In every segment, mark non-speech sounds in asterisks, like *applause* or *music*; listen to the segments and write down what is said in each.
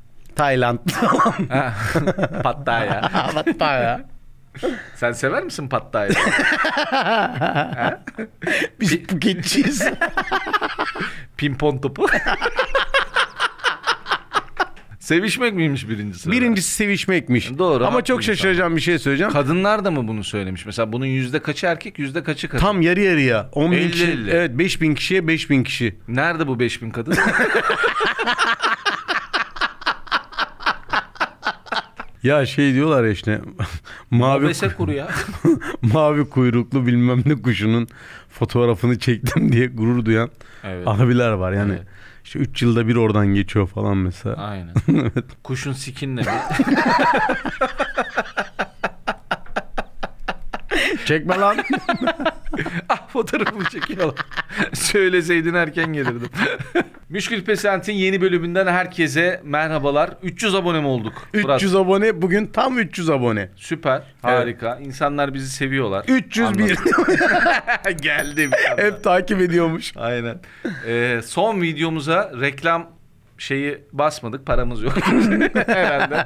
*laughs* Tayland. Ha. *laughs* Pattaya. Pattaya. Sen sever misin Pattaya'yı? Biz Phuketçiyiz. Pimpon topu. *laughs* Sevişmek miymiş birincisi? *laughs* Birincisi sevişmekmiş. Doğru, Ama haklı çok insan. şaşıracağım bir şey söyleyeceğim. Kadınlar da mı bunu söylemiş? Mesela bunun yüzde kaçı erkek yüzde kaçı kadın? Tam yarı yarıya. 10 bin Elli kişi. elli. Evet 5 bin kişiye 5 bin kişi. Nerede bu 5000 *laughs* kadın? Ya şey diyorlar ya işte *laughs* mavi Obese kuru ya. *laughs* mavi kuyruklu bilmem ne kuşunun fotoğrafını çektim *laughs* diye gurur duyan Evet. abiler var. Yani Evet. işte 3 yılda bir oradan geçiyor falan mesela. *laughs* Aynen. Kuşun sikinle mi? Çekme *laughs* lan. *laughs* ah fotoğrafımı çekiyorlar. *laughs* Söyleseydin erken *laughs* gelirdim. Müşkül Pesent'in yeni bölümünden herkese merhabalar. 300 abone mi olduk? Fırat, 300 abone bugün tam 300 abone. Süper. Harika. İnsanlar bizi seviyorlar. 301 Geldi *laughs* hep takip ediyormuş. Aynen. Ee, son videomuza reklam şeyi basmadık. Paramız *laughs* yok. Herhalde.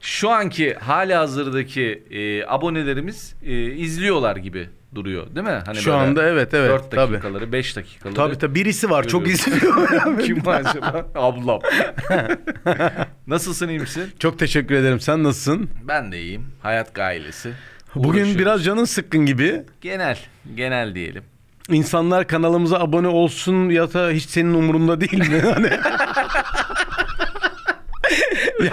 Şu anki hali hazırdaki e, abonelerimiz e, izliyorlar gibi duruyor değil mi? Hani Şu anda evet, evet, 4 tabii. dakikaları 5 dakikaları. Tabii tabii birisi var çok Görüyorum. izliyor. Kim var acaba? Ablam. Nasılsın iyi misin? *laughs* çok teşekkür ederim. Sen nasılsın? Ben de iyiyim. Hayat gailesi. Bugün Uğraşıyoruz. biraz canın sıkkın gibi. genel genel diyelim. İnsanlar kanalımıza abone olsun ya da hiç senin umurunda değil mi? *laughs* Hani...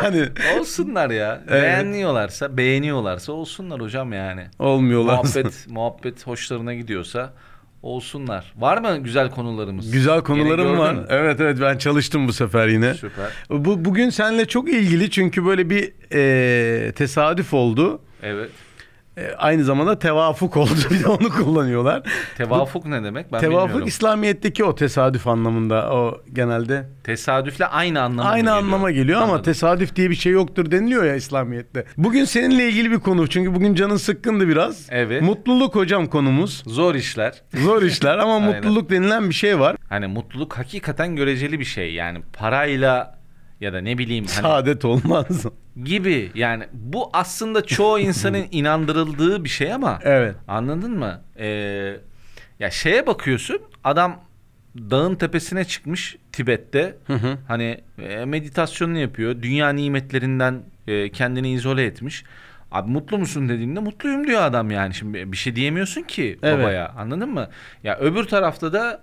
yani Olsunlar ya. Beğeniyorlarsa, beğeniyorlarsa olsunlar hocam yani. olmuyorlar. Muhabbet, muhabbet hoşlarına gidiyorsa olsunlar. Var mı güzel konularımız? Güzel Yine konularım gördün var. mü? Evet evet ben çalıştım bu sefer yine. Süper. Bu bugün seninle çok ilgili çünkü böyle bir eee, tesadüf oldu. Evet. E, aynı zamanda tevafuk oldu. *laughs* Bir de onu kullanıyorlar. Tevafuk ne demek? Ben tevafuk bilmiyorum. İslamiyet'teki o tesadüf anlamında o genelde. Tesadüfle aynı anlama Aynı mı geliyor? anlama geliyor ama Anladım. tesadüf diye bir şey yoktur deniliyor ya İslamiyet'te. Bugün seninle ilgili bir konu çünkü bugün canın sıkkındı biraz. Evet. Mutluluk hocam konumuz. Zor işler. Zor işler ama *laughs* Aynen. mutluluk denilen bir şey var. Hani mutluluk hakikaten göreceli bir şey. Yani parayla ya da ne bileyim hani Saadet olmaz. gibi yani bu *laughs* aslında çoğu insanın inandırıldığı bir şey ama Evet. anladın mı? Ee, ya şeye bakıyorsun adam dağın tepesine çıkmış Tibet'te hı. hani e, meditasyonunu yapıyor dünya nimetlerinden e, kendini izole etmiş. Abi mutlu musun dediğinde mutluyum diyor adam yani şimdi bir şey diyemiyorsun ki Evet. babaya anladın mı? Ya öbür tarafta da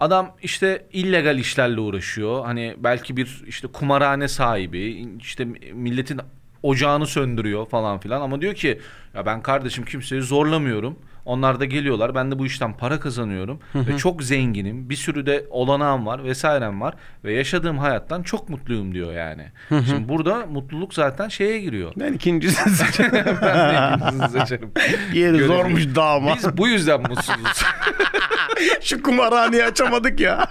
adam işte illegal işlerle uğraşıyor. Hani belki bir işte kumarhane sahibi, işte milletin ocağını söndürüyor falan filan ama diyor ki ya ben kardeşim kimseyi zorlamıyorum. Onlar da geliyorlar. Ben de bu işten para kazanıyorum ve çok zenginim. Bir sürü de olanağım var vesairem var ve yaşadığım hayattan çok mutluyum diyor yani. Şimdi burada mutluluk zaten şeye giriyor. *laughs* *laughs* Ben ikincisini seçerim. ben de ikincisini seçerim. Yeri Görelim. zormuş dağ ama. Biz bu yüzden mutsuzuz. *laughs* Şu kumarhaneyi açamadık ya.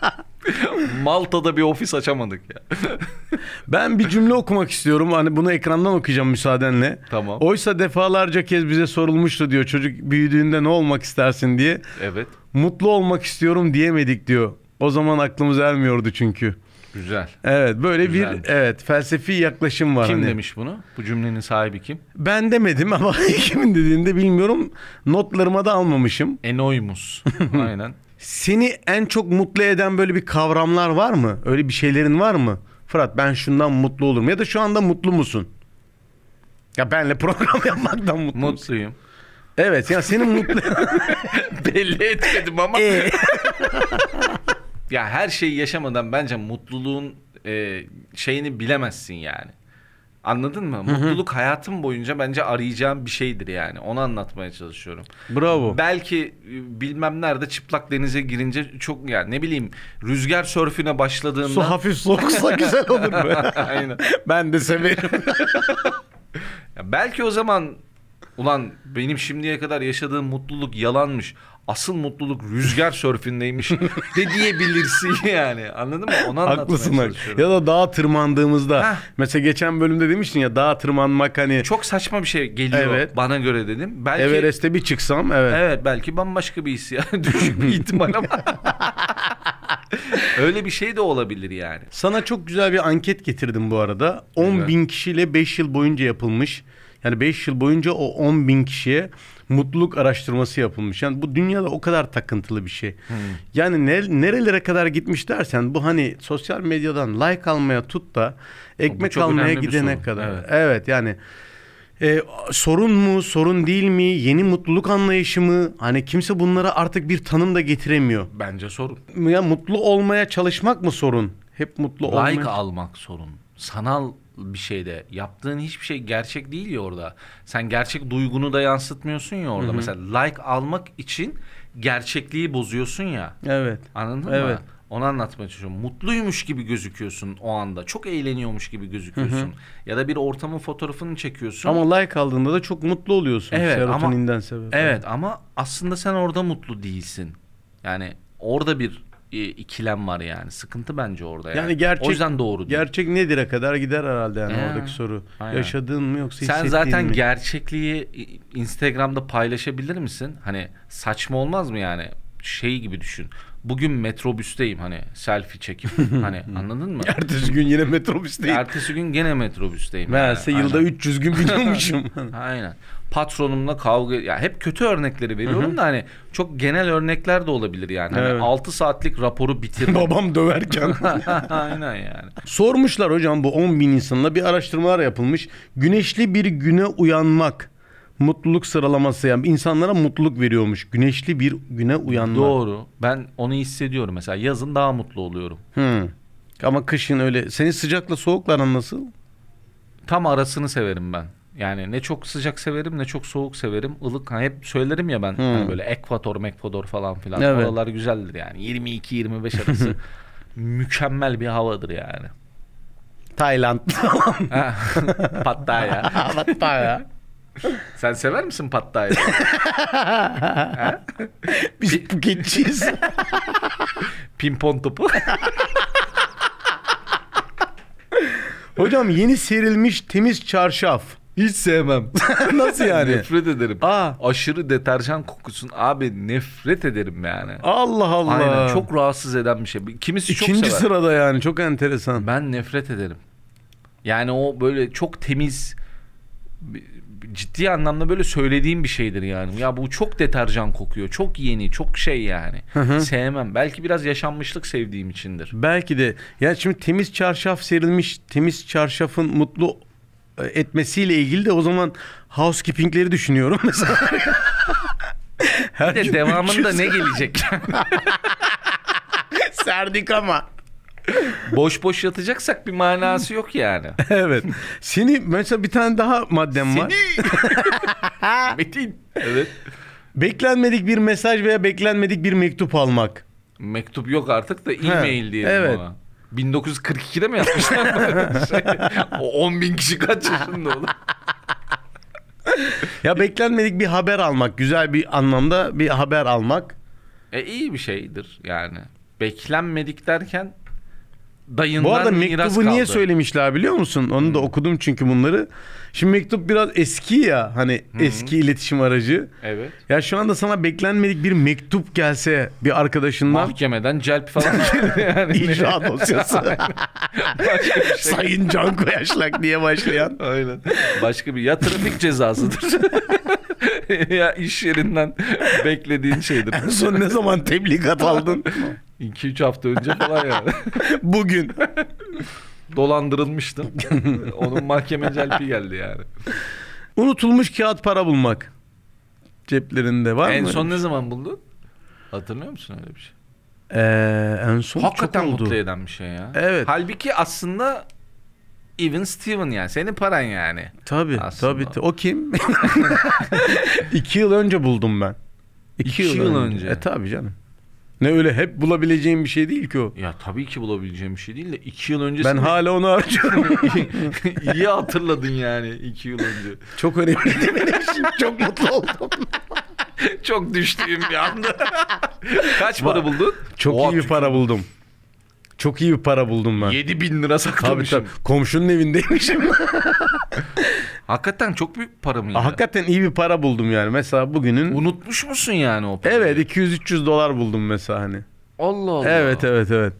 *laughs* Malta'da bir ofis açamadık ya. Ben bir cümle okumak istiyorum. Hani bunu ekrandan okuyacağım müsaadenle. Tamam. Oysa defalarca kez bize sorulmuştu diyor çocuk büyüdüğünde ne olmak istersin diye. Evet. Mutlu olmak istiyorum diyemedik diyor. O zaman aklımız ermiyordu çünkü. Güzel. Evet böyle Güzelmiş. bir evet felsefi yaklaşım var. Kim hani. demiş bunu? Bu cümlenin sahibi kim? Ben demedim ama *laughs* kimin dediğini de bilmiyorum. Notlarıma da almamışım. *laughs* Enoymus. Aynen. Seni en çok mutlu eden böyle bir kavramlar var mı? Öyle bir şeylerin var mı? Fırat ben şundan mutlu olurum ya da şu anda mutlu musun? Ya benle program *laughs* yapmaktan mutlu musun? Mutluyum. Evet ya senin mutlu... *laughs* Belli etmedim ama. Ee? E, ya her şeyi yaşamadan bence mutluluğun e, şeyini bilemezsin yani. Anladın mı? Mutluluk hayatım boyunca bence arayacağım bir şeydir yani. Onu anlatmaya çalışıyorum. Bravo. Belki e, bilmem nerede çıplak denize girince çok yani ne bileyim rüzgar sörfüne başladığında Su *laughs* hafif soğuksa güzel olur mu? Aynen. ben de severim. Ya belki o zaman ulan benim şimdiye kadar yaşadığım mutluluk yalanmış. Asıl mutluluk *laughs* rüzgar sörfindeymiş de diyebilirsin yani. Anladın mı? Onu anlatmaya Haklısın. bak. çalışıyorum. Ya da dağa tırmandığımızda. Heh. Mesela geçen bölümde demiştin ya dağa tırmanmak hani Çok saçma bir şey geliyor Evet. bana göre dedim. Belki Everest'e bir çıksam evet. *laughs* *laughs* Evet belki bambaşka bir hissiyat. Düşük bir ihtimal ama. Öyle bir şey de olabilir yani. Sana çok güzel bir anket getirdim bu arada. 10 Güzel. bin kişiyle 5 yıl boyunca yapılmış. Yani 5 yıl boyunca o 10 bin kişiye mutluluk araştırması yapılmış. Yani bu dünyada o kadar takıntılı bir şey. Hmm. Yani ne- nerelere kadar gitmiş dersen bu hani sosyal medyadan like almaya tut da ekmek çok almaya önemli bir gidene sorun. kadar. Evet. evet yani e, sorun mu, sorun değil mi, yeni mutluluk anlayışı mı? Hani kimse bunlara artık bir tanım da getiremiyor. Bence sorun. Ya mutlu olmaya çalışmak mı sorun? Hep mutlu olmak. Like almak sorun. Sanal bir şeyde yaptığın hiçbir şey gerçek değil ya orada. Sen gerçek duygunu da yansıtmıyorsun ya orada. Mesela like almak için gerçekliği bozuyorsun ya. Evet. Anladın Evet. mı? Onu anlatmaya çalışıyorum. Mutluymuş gibi gözüküyorsun o anda. Çok eğleniyormuş gibi gözüküyorsun. Ya da bir ortamın fotoğrafını çekiyorsun. Ama like aldığında da çok mutlu oluyorsun Evet, ama- serotoninden sebep. Evet ama aslında sen orada mutlu değilsin. Yani orada bir e, ikilem var yani. Sıkıntı bence orada yani. Yani gerçek- o yüzden doğru değil. Gerçek nedire kadar gider herhalde yani Ee, oradaki soru. aynen. Yaşadığın mı yoksa Sen hissettiğin zaten mi? gerçekliği i- Instagram'da paylaşabilir misin? Hani saçma olmaz mı yani? Şey gibi düşün. Bugün metrobüsteyim hani *laughs* selfie çekip hani anladın mı? Ertesi gün yine metrobüsteyim. Ertesi gün gene metrobüsteyim. Meğerse yani. yılda Aynen. 300 gün *laughs* biniyormuşum. Aynen. Patronumla kavga ya hep kötü örnekleri veriyorum da hani çok genel örnekler de olabilir yani. Hani Evet. 6 saatlik raporu *laughs* *laughs* bitirdim. *laughs* Babam döverken. Aynen yani. Sormuşlar hocam bu 10 bin insanla bir araştırmalar yapılmış. Güneşli bir güne uyanmak mutluluk sıralaması yani insanlara mutluluk veriyormuş. Güneşli bir güne uyanmak. Doğru. Ben onu hissediyorum mesela. Yazın daha mutlu oluyorum. Hı. Ama kışın öyle. Senin sıcakla soğukların nasıl? Tam arasını severim ben. Yani ne çok sıcak severim ne çok soğuk severim. Ilık hani hep söylerim ya ben hani böyle ekvator mekvador falan filan. Hmm. Evet. Oralar güzeldir yani. *laughs* 22-25 arası mükemmel bir havadır yani. *laughs* Tayland. Ha, *laughs* Pattaya. Pattaya. Sen sever misin Pattaya'yı? Biz Phuketçiyiz. Pimpon *laughs* topu. Hocam yeni serilmiş temiz *laughs* çarşaf. Hiç *laughs* sevmem. Nasıl yani? nefret ederim. Aa. Aşırı deterjan kokusun abi nefret ederim yani. Allah Allah. Aynen çok rahatsız eden bir şey. Kimisi çok İkinci sever. sırada yani çok enteresan. Ben nefret ederim. Yani o böyle çok temiz bir- bir- ciddi anlamda böyle söylediğim bir şeydir yani. Ya bu çok deterjan kokuyor. Çok yeni, çok şey yani. Sevmem. Belki biraz yaşanmışlık sevdiğim içindir. Belki de ya şimdi temiz çarşaf serilmiş temiz çarşafın mutlu e, etmesiyle ilgili de o zaman housekeeping'leri düşünüyorum *laughs* mesela. Her Bir de gün devamında 300 ne *laughs* gelecek? *laughs* serdik ama. boş boş yatacaksak bir manası yok yani. Evet. Seni mesela bir tane daha maddem var. *laughs* Metin. Evet. Beklenmedik bir mesaj veya beklenmedik bir mektup almak. Mektup yok artık da e-mail diyelim evet. ona. 1942'de mi yapmışlar böyle *laughs* bir şey? O 10 bin kişi kaç yaşında olur? Ya beklenmedik bir haber almak, güzel bir anlamda bir haber almak. E iyi bir şeydir yani. Beklenmedik derken dayından Bu arada miras mektubu niye kaldı. Hmm. söylemişler biliyor musun? Onu da okudum çünkü bunları. Şimdi mektup biraz eski ya hani Hmm. eski iletişim aracı. Evet. Ya şu anda sana beklenmedik bir mektup gelse bir arkadaşından Mahkemeden celp falan geliyor *laughs* yani. icra dosyası. *laughs* Başka bir şey. Sayın Can Koyaşlak diye başlayan. Aynen. Başka bir ya trafik cezasıdır. *laughs* ya iş yerinden beklediğin şeydir. En son ne zaman tebligat aldın? 2-3 hafta önce falan yani. Bugün. Dolandırılmıştım. Onun mahkeme celpi geldi yani. Unutulmuş kağıt para bulmak. Ceplerinde var en mı? son ne zaman buldun? Hatırlıyor musun öyle bir şey? Ee, en son Hakikaten çok oldu. mutlu eden bir şey ya. Evet. Halbuki aslında Even Steven yani. Senin paran yani. Tabii Aslında. tabii. O kim? *laughs* İki yıl önce buldum ben. İki, İki yıl önce. E tabii canım. Ne öyle hep bulabileceğim bir şey değil ki o. Ya tabii ki bulabileceğim bir şey değil de 2 yıl Ben öncesinde *laughs* hala onu arıyorum. iyi hatırladın yani 2 yıl önce. Çok önemliydi benim için. Çok mutlu oldum. *laughs* Çok düştüğüm bir *laughs* anda. Kaç para buldun? Çok Oha, iyi bir para buldum. Çok iyi bir para buldum ben. 7 bin lira Tabii saklamışım. tabii. Komşunun evindeymişim. Hakikaten çok büyük para mıydı? Hakikaten iyi bir para buldum yani. Mesela bugünün Unutmuş musun yani o parayı? Evet 200-300 dolar buldum mesela hani. Allah Allah. Evet evet evet.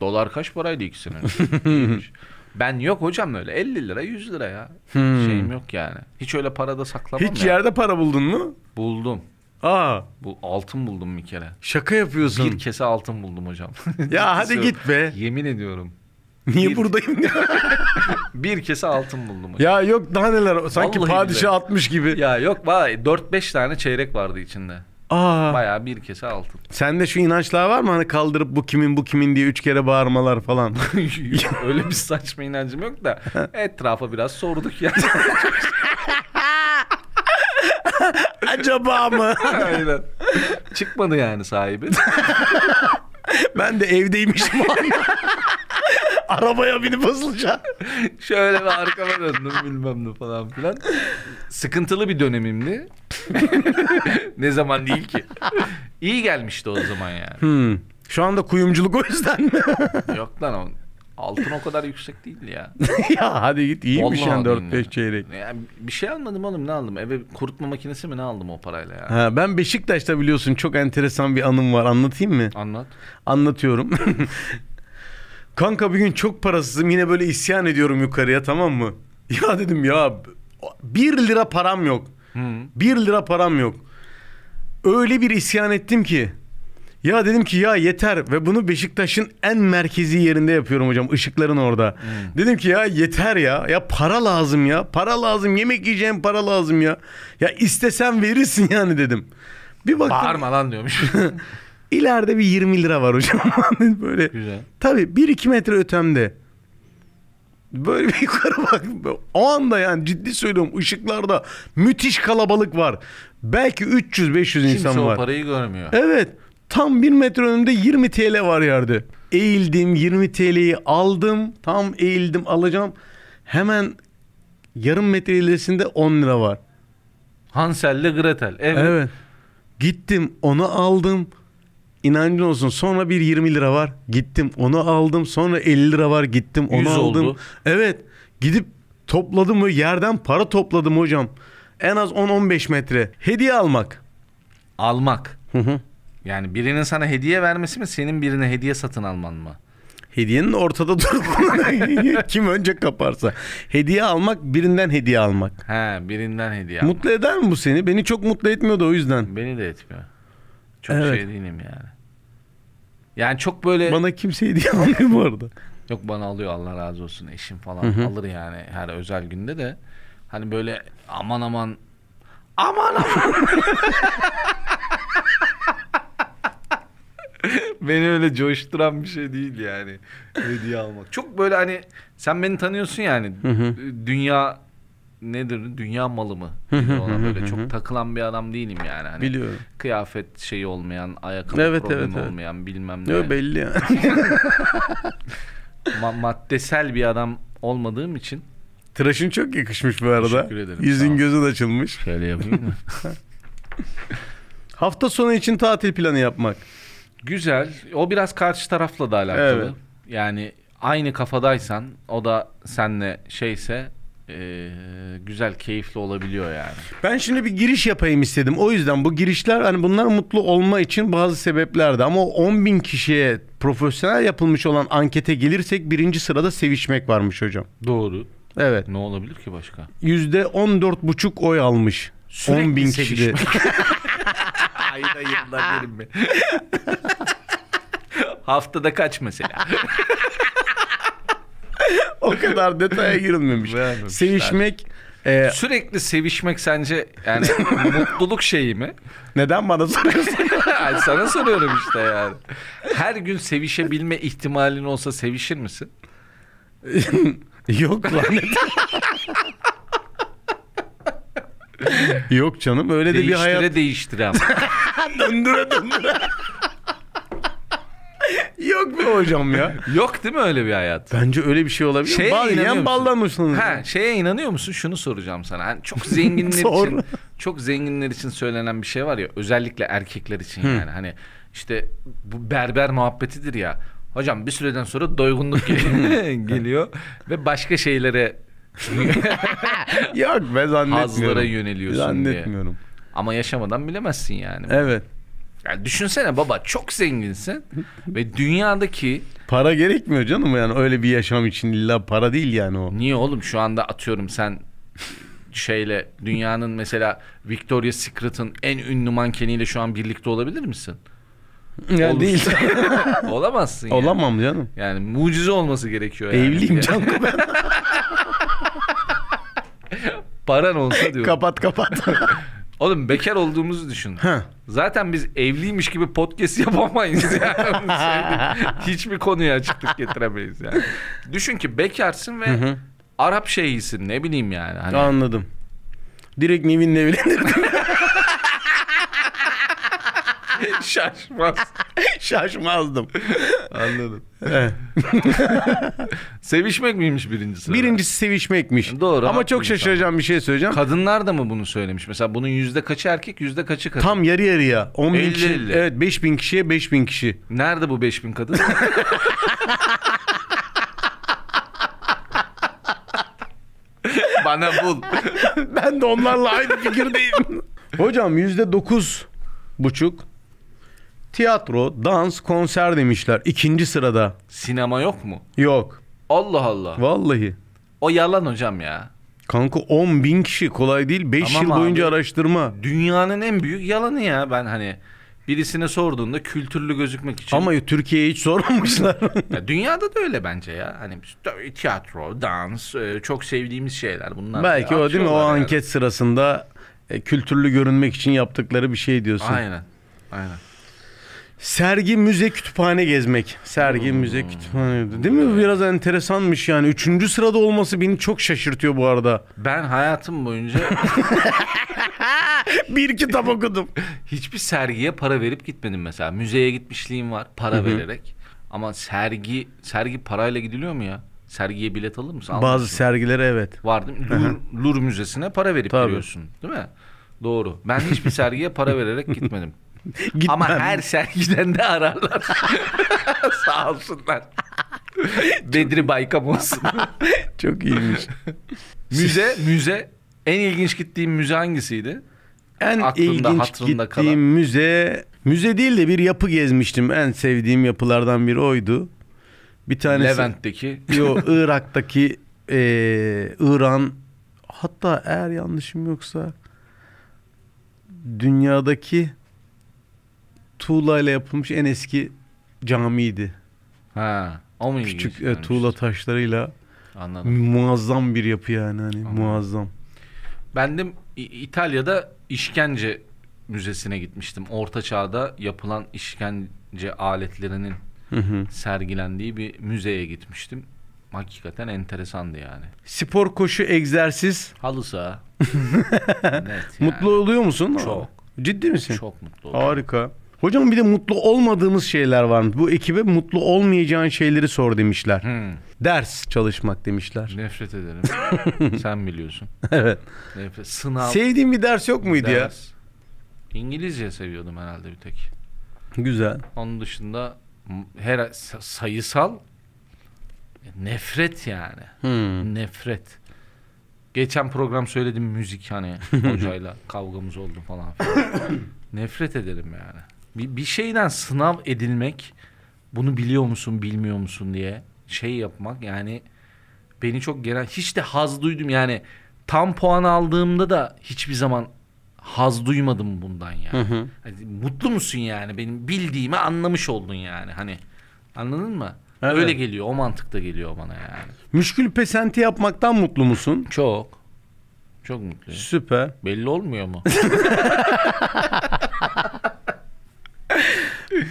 Dolar kaç paraydı ikisinin? *laughs* İyiymiş. ben yok hocam öyle 50 lira 100 lira ya. Şeyim yok yani. Hiç öyle parada saklamam Hmm. Hiç ya. yerde para buldun mu? Buldum. Aa Bu altın buldum bir kere. şaka yapıyorsun. Bir kese altın buldum hocam. Ya *laughs* hadi git be. Yemin ediyorum. *laughs* Niye bir- buradayım? *laughs* Bir kese altın buldum hocam. ya yok daha neler sanki Vallahi padişah billahi. atmış gibi. Ya yok vay 4-5 tane çeyrek vardı içinde. Aa Bayağı bir kese altın. *laughs* sende şu inançlar var mı hani kaldırıp bu kimin bu kimin diye üç kere bağırmalar *laughs* falan. Öyle bir saçma inancım yok da etrafa biraz sorduk ya. *laughs* Acaba *laughs* mı? Aynen. Çıkmadı *laughs* yani sahibi. ben de evdeymişim o anda. *laughs* Arabaya binip hızlıca. Şöyle bir arkama döndüm bilmem ne falan filan. Sıkıntılı bir dönemimdi. *laughs* ne zaman değil ki. İyi gelmişti o zaman yani. Hmm. Şu anda kuyumculuk o yüzden *laughs* mi? *laughs* Yok lan o altın o kadar yüksek değildi ya. ya hadi git iyiymiş Vallahi yani aldım 4-5 çeyrek. Yani bir şey almadım oğlum ne aldım? Eve kurutma makinesi mi ne aldım o parayla ya? Ha, ben Beşiktaş'ta biliyorsun çok enteresan bir anım var anlatayım mı? Anlat. Anlatıyorum. *laughs* Kanka bir gün çok parasızım yine böyle isyan ediyorum yukarıya tamam mı? Ya dedim ya 1 lira param yok. Hı. 1 lira param yok. Öyle bir isyan ettim ki. Ya dedim ki ya yeter ve bunu Beşiktaş'ın en merkezi yerinde yapıyorum hocam ışıkların orada. Dedim ki ya yeter ya ya para lazım ya para lazım yemek yiyeceğim para lazım ya. Ya istesen verirsin yani dedim. Bir baktım Bağırma lan *laughs* diyormuş. ileride bir 20 lira var hocam *laughs* böyle. Güzel. Tabii 1-2 metre ötemde. Böyle bir yukarı bak. O anda yani ciddi söylüyorum ışıklarda müthiş kalabalık var. Belki 300-500 Kimse insan o var. parayı görmüyor. Evet. Tam 1 metre önümde 20 TL var yerde. Eğildim 20 TL'yi aldım. Tam eğildim alacağım. Hemen yarım metre ilerisinde 10 lira var. Hansel'le Gretel. Evet. Evet. Gittim onu aldım. İnancın olsun sonra bir 20 lira var. Gittim onu aldım. Sonra 50 lira var. Gittim onu 100 aldım. oldu. Evet. Gidip topladım ve yerden para topladım hocam. En az 10-15 metre. Hediye almak. Almak. Hı hı. Yani birinin sana hediye vermesi mi senin birine hediye satın alman mı? Hediyenin ortada durup *laughs* kim önce kaparsa. Hediye almak birinden hediye almak. He birinden hediye almak. Mutlu eder mi bu seni? Beni çok mutlu etmiyordu o yüzden. Beni de etmiyor. Çok Evet. şey değilim yani. Yani çok böyle Bana kimse hediye almıyor bu arada. yok bana alıyor Allah razı olsun eşim falan alır yani her özel günde de hani böyle aman aman aman aman *laughs* Beni öyle coşturan bir şey değil yani hediye almak. Çok böyle hani sen beni tanıyorsun yani dünya nedir dünya malı mı? dedi ona böyle çok takılan bir adam değilim yani. Hani Biliyorum. Kıyafet şeyi olmayan, ayakkabı Evet, problemi evet, evet. olmayan bilmem ne. Yo, belli yani. Ma- maddesel bir adam olmadığım için Tıraşın çok yakışmış bu arada. Teşekkür ederim, sağ Yüzün ol. gözün açılmış. şöyle yapayım mı? Hafta sonu için tatil planı yapmak. *laughs* Güzel. O biraz karşı tarafla da alakalı. Evet. Yani aynı kafadaysan o da senle şeyse eee, güzel, keyifli olabiliyor yani. Ben şimdi bir giriş yapayım istedim. O yüzden bu girişler hani bunlar mutlu olma için bazı sebeplerdi. Ama 10 bin kişiye profesyonel yapılmış olan ankete gelirsek birinci sırada sevişmek varmış hocam. Doğru. Evet. Ne olabilir ki başka? Yüzde 14,5 oy almış. 10 bin kişide. Ayda yılda bir mi? *laughs* Haftada kaç mesela? *laughs* o kadar detaya girilmemiş. Vermemişler. Sevişmek e, Sürekli sevişmek sence yani mutluluk şeyi mi? *laughs* e, neden bana soruyorsun? Ay, sana soruyorum işte yani. Her gün sevişebilme ihtimalin olsa sevişir misin? Yok lanet. Yok canım öyle de bir Değiştire hayat. değiştire ama. döndüre döndüre. Yok be hocam ya. *laughs* Yok değil mi öyle bir hayat? Bence öyle bir şey olabilir. Şeye Bal inanıyor yiyen musun? baldan hoşlanır. Ha şeye inanıyor musun? Şunu soracağım sana. Hani çok zenginler *laughs* Sor. için çok zenginler için söylenen bir şey var ya özellikle erkekler için yani hani işte bu berber muhabbetidir ya. Hocam bir süreden sonra *laughs* doygunluk geliyor, geliyor ve başka şeylere *laughs* Yok ben zannetmiyorum. hazlara yöneliyorsun diye. Zannetmiyorum. Ama yaşamadan bilemezsin yani. Evet. Yani düşünsene baba çok zenginsin ve dünyadaki Para gerekmiyor canım yani öyle bir yaşam için illa para değil yani o. niye oğlum şu anda atıyorum sen şeyle dünyanın mesela Victoria's Secret'ın en ünlü mankeniyle şu an birlikte olabilir misin? *laughs* Yani Olursun. değil. Olamazsın. *laughs* yani. Olamam canım. Yani mucize olması gerekiyor. yani. Evliyim Yani canım *laughs* ben. Paran olsa diyorum. kapat kapat. Oğlum bekar olduğumuzu düşün. Ha. Zaten biz evliymiş gibi podcast *laughs* yapamayız yani. Hiçbir konuya açıklık getiremeyiz yani. Düşün ki bekarsın ve hı. Arap şeyhisin ne bileyim yani. Hani Anladım. Direkt Nevin'le evlenirdim. *laughs* şaşmaz. *laughs* Şaşmazdım. Anladım. Evet. Sevişmek miymiş birincisi? Birincisi sevişmekmiş. Doğru, Ama haklıyım çok şaşıracağım bir şey söyleyeceğim. Kadınlar da mı bunu söylemiş? Mesela bunun yüzde kaçı erkek yüzde kaçı kadın? Tam yarı yarıya. 10 bin Elli kişi. elli. Evet 5 bin kişiye 5 bin *laughs* kişi. Nerede bu 5000 kadın? *laughs* Bana bul. Ben de onlarla aynı fikirdeyim. *laughs* Hocam yüzde dokuz buçuk tiyatro, dans, konser demişler. İkinci sırada. Sinema yok mu? Yok. Allah Allah. Vallahi. O yalan hocam ya. Kanka 10 bin kişi kolay değil. 5 Tamam yıl abi. boyunca araştırma. Dünyanın en büyük yalanı ya. Ben hani birisine sorduğunda kültürlü gözükmek için. Ama Türkiye'ye hiç sormamışlar. Ya dünyada da öyle bence ya. Hani biz- tabii tiyatro, dans, e, çok sevdiğimiz şeyler bunlar. Belki o değil mi? O Atıyorlar yani. anket sırasında e, kültürlü görünmek için yaptıkları bir şey diyorsun. Aynen. Aynen. Sergi, müze, kütüphane gezmek. Sergi, müze, kütüphane. Değil mi? Biraz enteresanmış yani. Üçüncü sırada olması beni çok şaşırtıyor bu arada. *laughs* Ben hayatım boyunca Bir kitap okudum. hiçbir sergiye para verip gitmedim mesela. Müzeye gitmişliğim var para vererek. Ama sergi sergi parayla gidiliyor mu ya? Sergiye bilet alır mısın? Almazsın. Bazı sergilere evet. Vardım. Lur, Lur Müzesi'ne para verip Tabii. giriyorsun. Değil mi? Doğru. Ben hiçbir sergiye para vererek gitmedim. *laughs* Gitmem. Ama her sergiden de ararlar. *laughs* Sağ olsunlar. Bedri *laughs* Baykam olsun. Çok iyiymiş. müze, müze. En ilginç gittiğim müze hangisiydi? En Aklında, ilginç hatırında gittiğim kalan. müze... Müze değil de bir yapı gezmiştim. En sevdiğim yapılardan biri oydu. Bir tanesi... Levent'teki. Yo, Irak'taki eee İran hatta eğer yanlışım yoksa dünyadaki tuğla ile yapılmış en eski camiydi. Ha. O mu ilginç? Küçük e, gelmişti? tuğla taşlarıyla Anladım. muazzam bir yapı yani hani muazzam. Ben de İ- İtalya'da işkence müzesine gitmiştim. Orta çağda yapılan işkence aletlerinin Hı hı. sergilendiği bir müzeye gitmiştim. Hakikaten enteresandı yani. Spor, koşu, egzersiz. *laughs* Halı saha. Net yani. Mutlu oluyor musun? Çok. Ciddi misin? Çok mutlu oldum. Harika. Hocam bir de mutlu olmadığımız şeyler varmış. Bu ekibe mutlu olmayacağın şeyleri sor demişler. Hmm, Ders çalışmak demişler. nefret *laughs* ederim. Sen biliyorsun. Evet. Nefret. Sınav. Sevdiğin bir ders yok Şey muydu ya? ders. İngilizce seviyordum herhalde bir tek. Güzel. Onun dışında m- her sa- sayısal e, nefret yani. Hmm. Nefret. Geçen program söyledim müzik hani hocayla kavgamız oldu falan filan. Nefret ederim yani. Bir, bir şeyden sınav edilmek bunu biliyor musun bilmiyor musun diye şey yapmak yani beni çok gelen hiç de haz duydum yani tam puan aldığımda da hiçbir zaman haz duymadım bundan yani. Hani mutlu musun yani benim bildiğimi anlamış oldun yani hani anladın mı? Evet. Öyle geliyor o mantıkta geliyor bana yani. Müşkül pesenti yapmaktan mutlu musun? Çok. Çok mutluyum. Süper. Belli olmuyor mu? *laughs*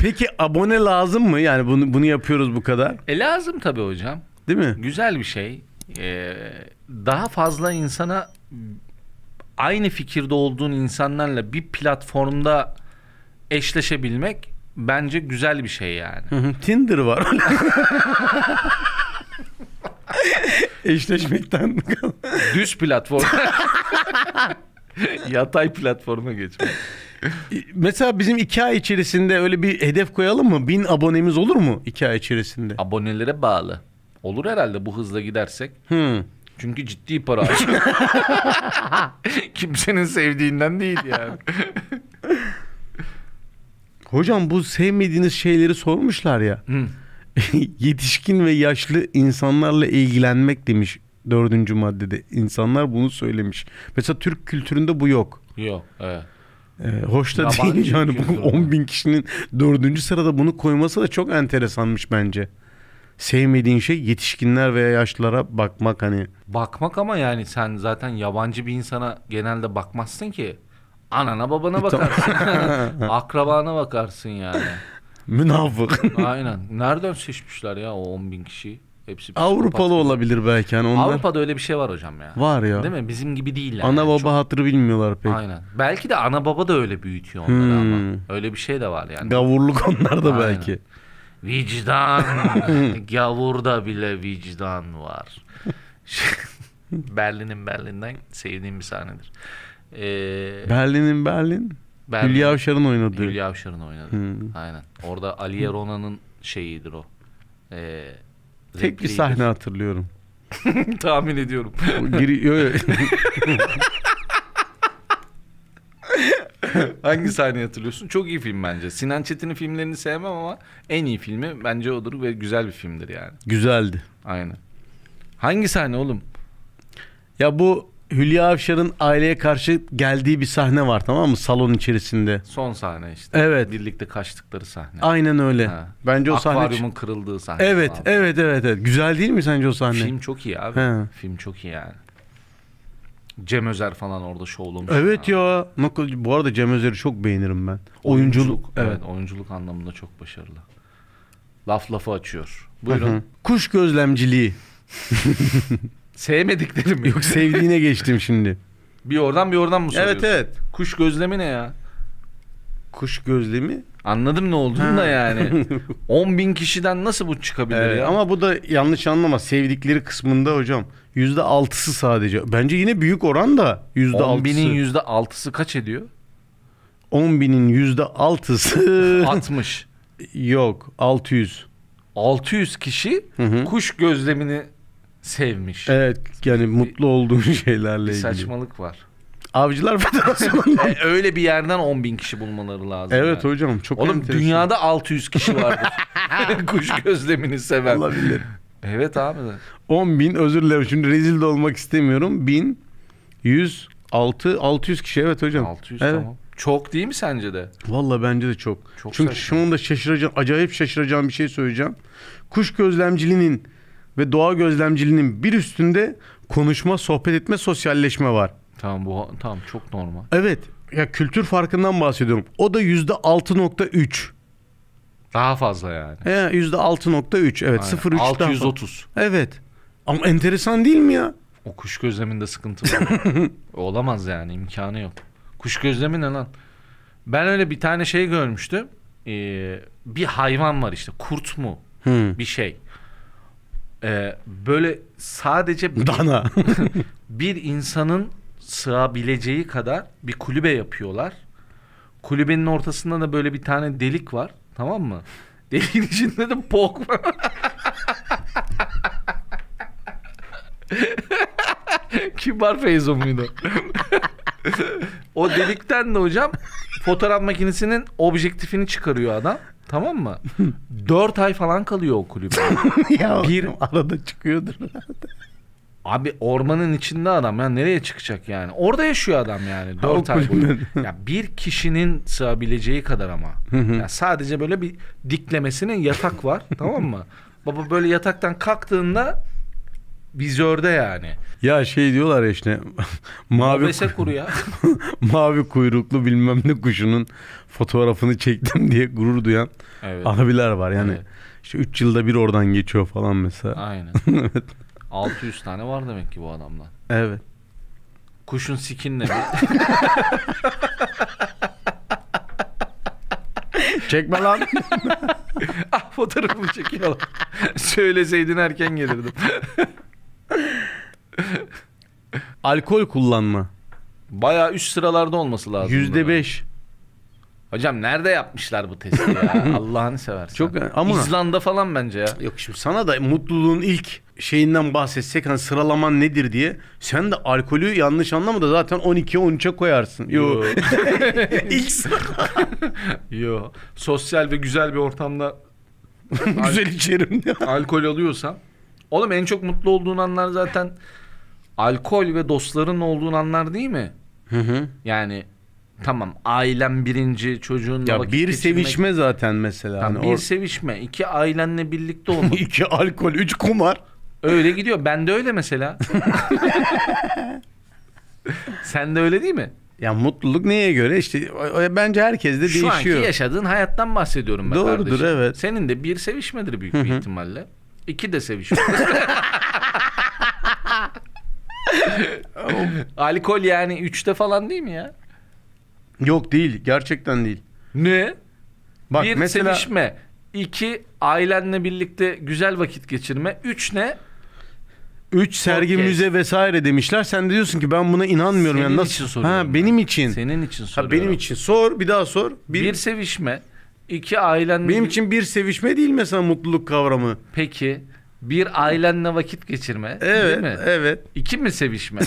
Peki abone lazım mı? Yani bunu bunu yapıyoruz bu kadar. e lazım tabii hocam. Değil mi? Güzel bir şey. Ee, daha fazla insana aynı fikirde olduğun insanlarla bir platformda eşleşebilmek bence güzel bir şey yani. *laughs* Hı hı. Tinder var. *laughs* Eşleşmekten. *laughs* Düz platform. *laughs* Yatay platforma geçmek. Mesela bizim iki ay içerisinde öyle bir hedef koyalım mı? Bin abonemiz olur mu iki ay içerisinde? Abonelere bağlı. Olur herhalde bu hızla gidersek. Hı. Çünkü ciddi para *laughs* harcıyor. Kimsenin sevdiğinden değil yani. Hocam bu sevmediğiniz şeyleri sormuşlar ya. Hı. *laughs* Yetişkin ve yaşlı insanlarla ilgilenmek demiş dördüncü maddede. İnsanlar bunu söylemiş. Mesela Türk kültüründe bu yok. Yok. Evet. Ee, hoş da Yabancı değil yani kültür bu olarak. 10 bin kişinin dördüncü sırada bunu koyması da çok enteresanmış bence. Sevmediğin şey yetişkinler veya yaşlılara bakmak hani. Bakmak ama yani sen zaten yabancı bir insana genelde bakmazsın ki. Anana *laughs* babana bakarsın. Akrabana bakarsın yani. Münafık. *laughs* Aynen. Nereden seçmişler ya o 10 bin kişiyi? Hepsi psikopat. Avrupalı olabilir belki hani onlar. Avrupa'da öyle bir şey var hocam ya. Var ya. Değil mi? Bizim gibi değiller. Ana yani. baba Çok- hatırı bilmiyorlar pek. Hmm. Aynen. Belki de ana baba da öyle büyütüyor onları ama. Öyle bir şey de var yani. Gavurluk onlar da Aynen. belki. *laughs* Vicdan. Gavurda bile vicdan var. *laughs* Berlin'in Berlin'den sevdiğim bir sahnedir. Ee, Berlin'in Berlin. Berlin- Hülya Avşar'ın oynadığı. Hülya Avşar'ın oynadı. Aynen. Orada Aliye Rona'nın şeyidir o. Ee, Tek bir repliğidir. sahne hatırlıyorum. *laughs* *laughs* Tahmin ediyorum. O *laughs* Giriyor. Hangi sahneyi hatırlıyorsun? Çok iyi film bence. Sinan Çetin'in filmlerini sevmem ama en iyi filmi bence odur ve güzel bir filmdir yani. Güzeldi. Aynen. Hangi sahne oğlum? Ya bu Hülya Avşar'ın aileye karşı geldiği bir sahne var tamam mı? Salon içerisinde. Son sahne işte. Evet. Birlikte kaçtıkları sahne. Aynen öyle. Ha. Bence o sahne... Akvaryumun kırıldığı sahne. Evet, falan. evet, evet, evet. Güzel değil mi sence o sahne? Film çok iyi abi. He. Film çok iyi yani. Cem Özer falan orada şovlamış. Evet ya. ya. Ne kadar- Bu arada Cem Özer'i çok beğenirim ben. Oyunculuk. evet. evet. Oyunculuk anlamında çok başarılı. Laf lafı açıyor. Hı. Buyurun. Kuş gözlemciliği. Sevmediklerim mi? Yok sevdiğine geçtim şimdi. *laughs* Bir oradan bir oradan mı soruyorsun? evet, evet. Kuş gözlemi ne ya? Kuş gözlemi. Anladım ne olduğunu da yani. *laughs* 10 bin kişiden nasıl bu çıkabilir Evet, ya? ama bu da yanlış anlama. Sevdikleri kısmında hocam yüzde altısı sadece. Bence yine büyük oran da yüzde 10 altısı. binin yüzde altısı *laughs* kaç ediyor? 10 binin yüzde *laughs* altısı 60. yok 600. 600 kişi hı. kuş gözlemini sevmiş. Evet yani mutlu olduğun *laughs* şeylerle bir ilgili. saçmalık var. *laughs* Avcılar *laughs* Federasyonu'nda. E, öyle bir yerden 10 bin kişi bulmaları lazım. evet yani. hocam çok Oğlum enteresan. dünyada 600 kişi vardır. *laughs* kuş gözlemini seven. olabilir. Evet abi. 10 bin özür dilerim şimdi rezil de olmak istemiyorum. 1000, 100, 6, 600 kişi evet hocam. 600 evet. tamam. Çok değil mi sence de? Valla bence de çok. Çok Çünkü saçma. şu anda şaşıracağım, acayip şaşıracağım bir şey söyleyeceğim. Kuş gözlemciliğinin ve doğa gözlemciliğinin bir üstünde konuşma, sohbet etme, sosyalleşme var. Tamam bu tamam çok normal. Evet. Ya kültür farkından bahsediyorum. O da yüzde 6.3. Daha fazla yani. He yüzde 6.3. Evet. Aynen. 0.3 daha fazla. 630. Evet. Ama enteresan değil mi ya? O kuş gözleminde sıkıntı var. *laughs* Olamaz yani imkanı yok. Kuş gözlemi ne lan? Ben öyle bir tane şey görmüştüm. Ee, bir hayvan var işte kurt mu bir şey. Ee, böyle *laughs* sadece Dana. bir insanın sığabileceği kadar bir kulübe yapıyorlar. Kulübenin ortasında da böyle bir tane delik var. Tamam mı? *laughs* Deliğin içinde de bok var. *laughs* Kibar Feyzo muydu? *laughs* o delikten de hocam fotoğraf makinesinin objektifini çıkarıyor adam. Tamam mı? 4 ay falan kalıyor o kulübe. ya Bir- arada çıkıyordur. Abi ormanın içinde adam ya nereye çıkacak yani? Orada yaşıyor adam yani o 4 ay boyunca. kulübede. Ya bir kişinin sığabileceği kadar ama. Ya sadece böyle bir diklemesine *laughs* yatak var tamam mı? Baba böyle yataktan kalktığında vizörde yani. ya şey diyorlar ya işte *laughs* mavi Obese *laughs* kuru ya. mavi kuyruklu bilmem ne kuşunun fotoğrafını çektim *laughs* diye gurur duyan evet. abiler var. Yani Evet. işte 3 yılda bir oradan geçiyor falan mesela. *laughs* Aynen. 600 tane var demek ki bu adamdan. Evet. Kuşun sikinle bir *laughs* Çekme *laughs* lan. Ah fotoğrafımı çekiyorlar. Söyleseydin erken gelirdim. Alkol kullanma. Bayağı üst sıralarda olması lazım. Yüzde beş. Hocam nerede yapmışlar bu testi *laughs* ya? Allah'ını seversen. Çok- ama- İzlanda falan bence ya. Yok şimdi sana da mutluluğun ilk şeyinden bahsetsek hani sıralaman nedir diye sen de alkolü yanlış anlama da zaten 12'ye 13'e koyarsın. Yo. *laughs* ilk sıra- *laughs* Yo. Sosyal ve güzel bir ortamda güzel içerim diye. alkol alıyorsan. Oğlum en çok mutlu olduğun anlar zaten alkol ve dostların olduğun anlar değil mi? Hı hı. Yani tamam ailem birinci çocuğunla Ya vakit bir geçirmek- sevişme zaten mesela. Tamam, Hani or- *laughs* bir sevişme, iki ailenle birlikte *laughs* olmak. iki alkol, üç kumar. öyle gidiyor. Ben de öyle *laughs* mesela. Sen de öyle değil mi? Ya mutluluk neye göre işte o- o- bence herkes de Şu anki değişiyor. yaşadığın hayattan bahsediyorum ben Doğrudur, kardeşim. evet. Senin de bir sevişmedir büyük bir ihtimalle. İki de sevişme. *laughs* Alkol yani üçte falan değil mi ya? Yok değil, gerçekten değil. Ne? Bak bir mesela sevişme. iki ailenle birlikte güzel vakit geçirme. Üç ne? 3 sergi Podcast. müze vesaire demişler. Sen de diyorsun ki ben buna inanmıyorum Senin yani için nasıl? soruyorum ben. ha benim için. Senin için ha soruyorum. benim için. Sor, bir daha sor. Bir, Bir, sevişme. iki ailenle... benim için bir sevişme değil mesela mutluluk kavramı. Peki. Bir ailenle vakit geçirme. Evet, Değil mi? evet. İki mi sevişme?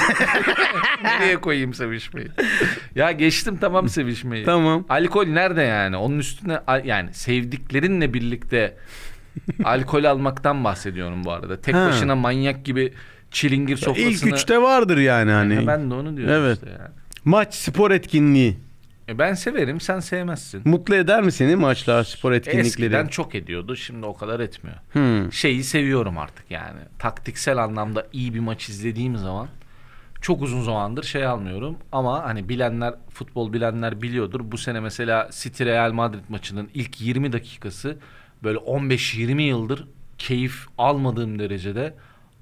Nereye koyayım sevişmeyi? ya geçtim tamam sevişmeyi. Tamam. Alkol nerede yani? Onun üstüne al- yani sevdiklerinle birlikte alkol almaktan bahsediyorum bu arada. Tek Ha. başına manyak gibi çilingir sofrasını. İlk üçte vardır yani hani. Ha, ben de onu diyorum Evet. işte yani. Maç spor etkinliği. E ben severim sen sevmezsin. Mutlu eder mi seni maçlar, spor etkinlikleri? Eskiden çok ediyordu şimdi o kadar etmiyor. Hmm. Şeyi seviyorum artık yani. Taktiksel anlamda iyi bir maç izlediğim zaman çok uzun zamandır şey almıyorum ama hani bilenler futbol bilenler biliyordur. Bu sene mesela City Real Madrid maçının ilk 20 dakikası böyle 15-20 yıldır keyif almadığım derecede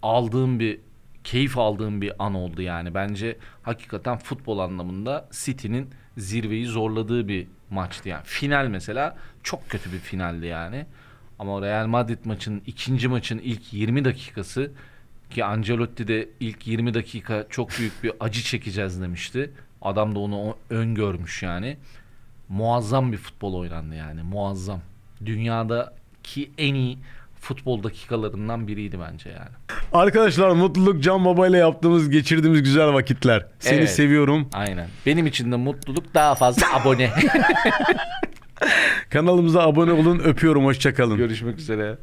aldığım bir keyif aldığım bir an oldu yani. Bence hakikaten futbol anlamında City'nin zirveyi zorladığı bir maçtı yani. Final mesela çok kötü bir finaldi yani. Ama Real Madrid maçının ikinci maçın ilk 20 dakikası ki Ancelotti de ilk 20 dakika çok büyük bir acı çekeceğiz demişti. Adam da onu o- öngörmüş yani. Muazzam bir futbol oynandı yani. Muazzam. Dünyadaki en iyi futbol dakikalarından biriydi bence yani. Arkadaşlar mutluluk Can Baba ile yaptığımız, geçirdiğimiz güzel vakitler. Seni Evet. seviyorum. Aynen. Benim için de mutluluk daha fazla abone. Kanalımıza abone olun. Öpüyorum. Hoşçakalın. Görüşmek üzere.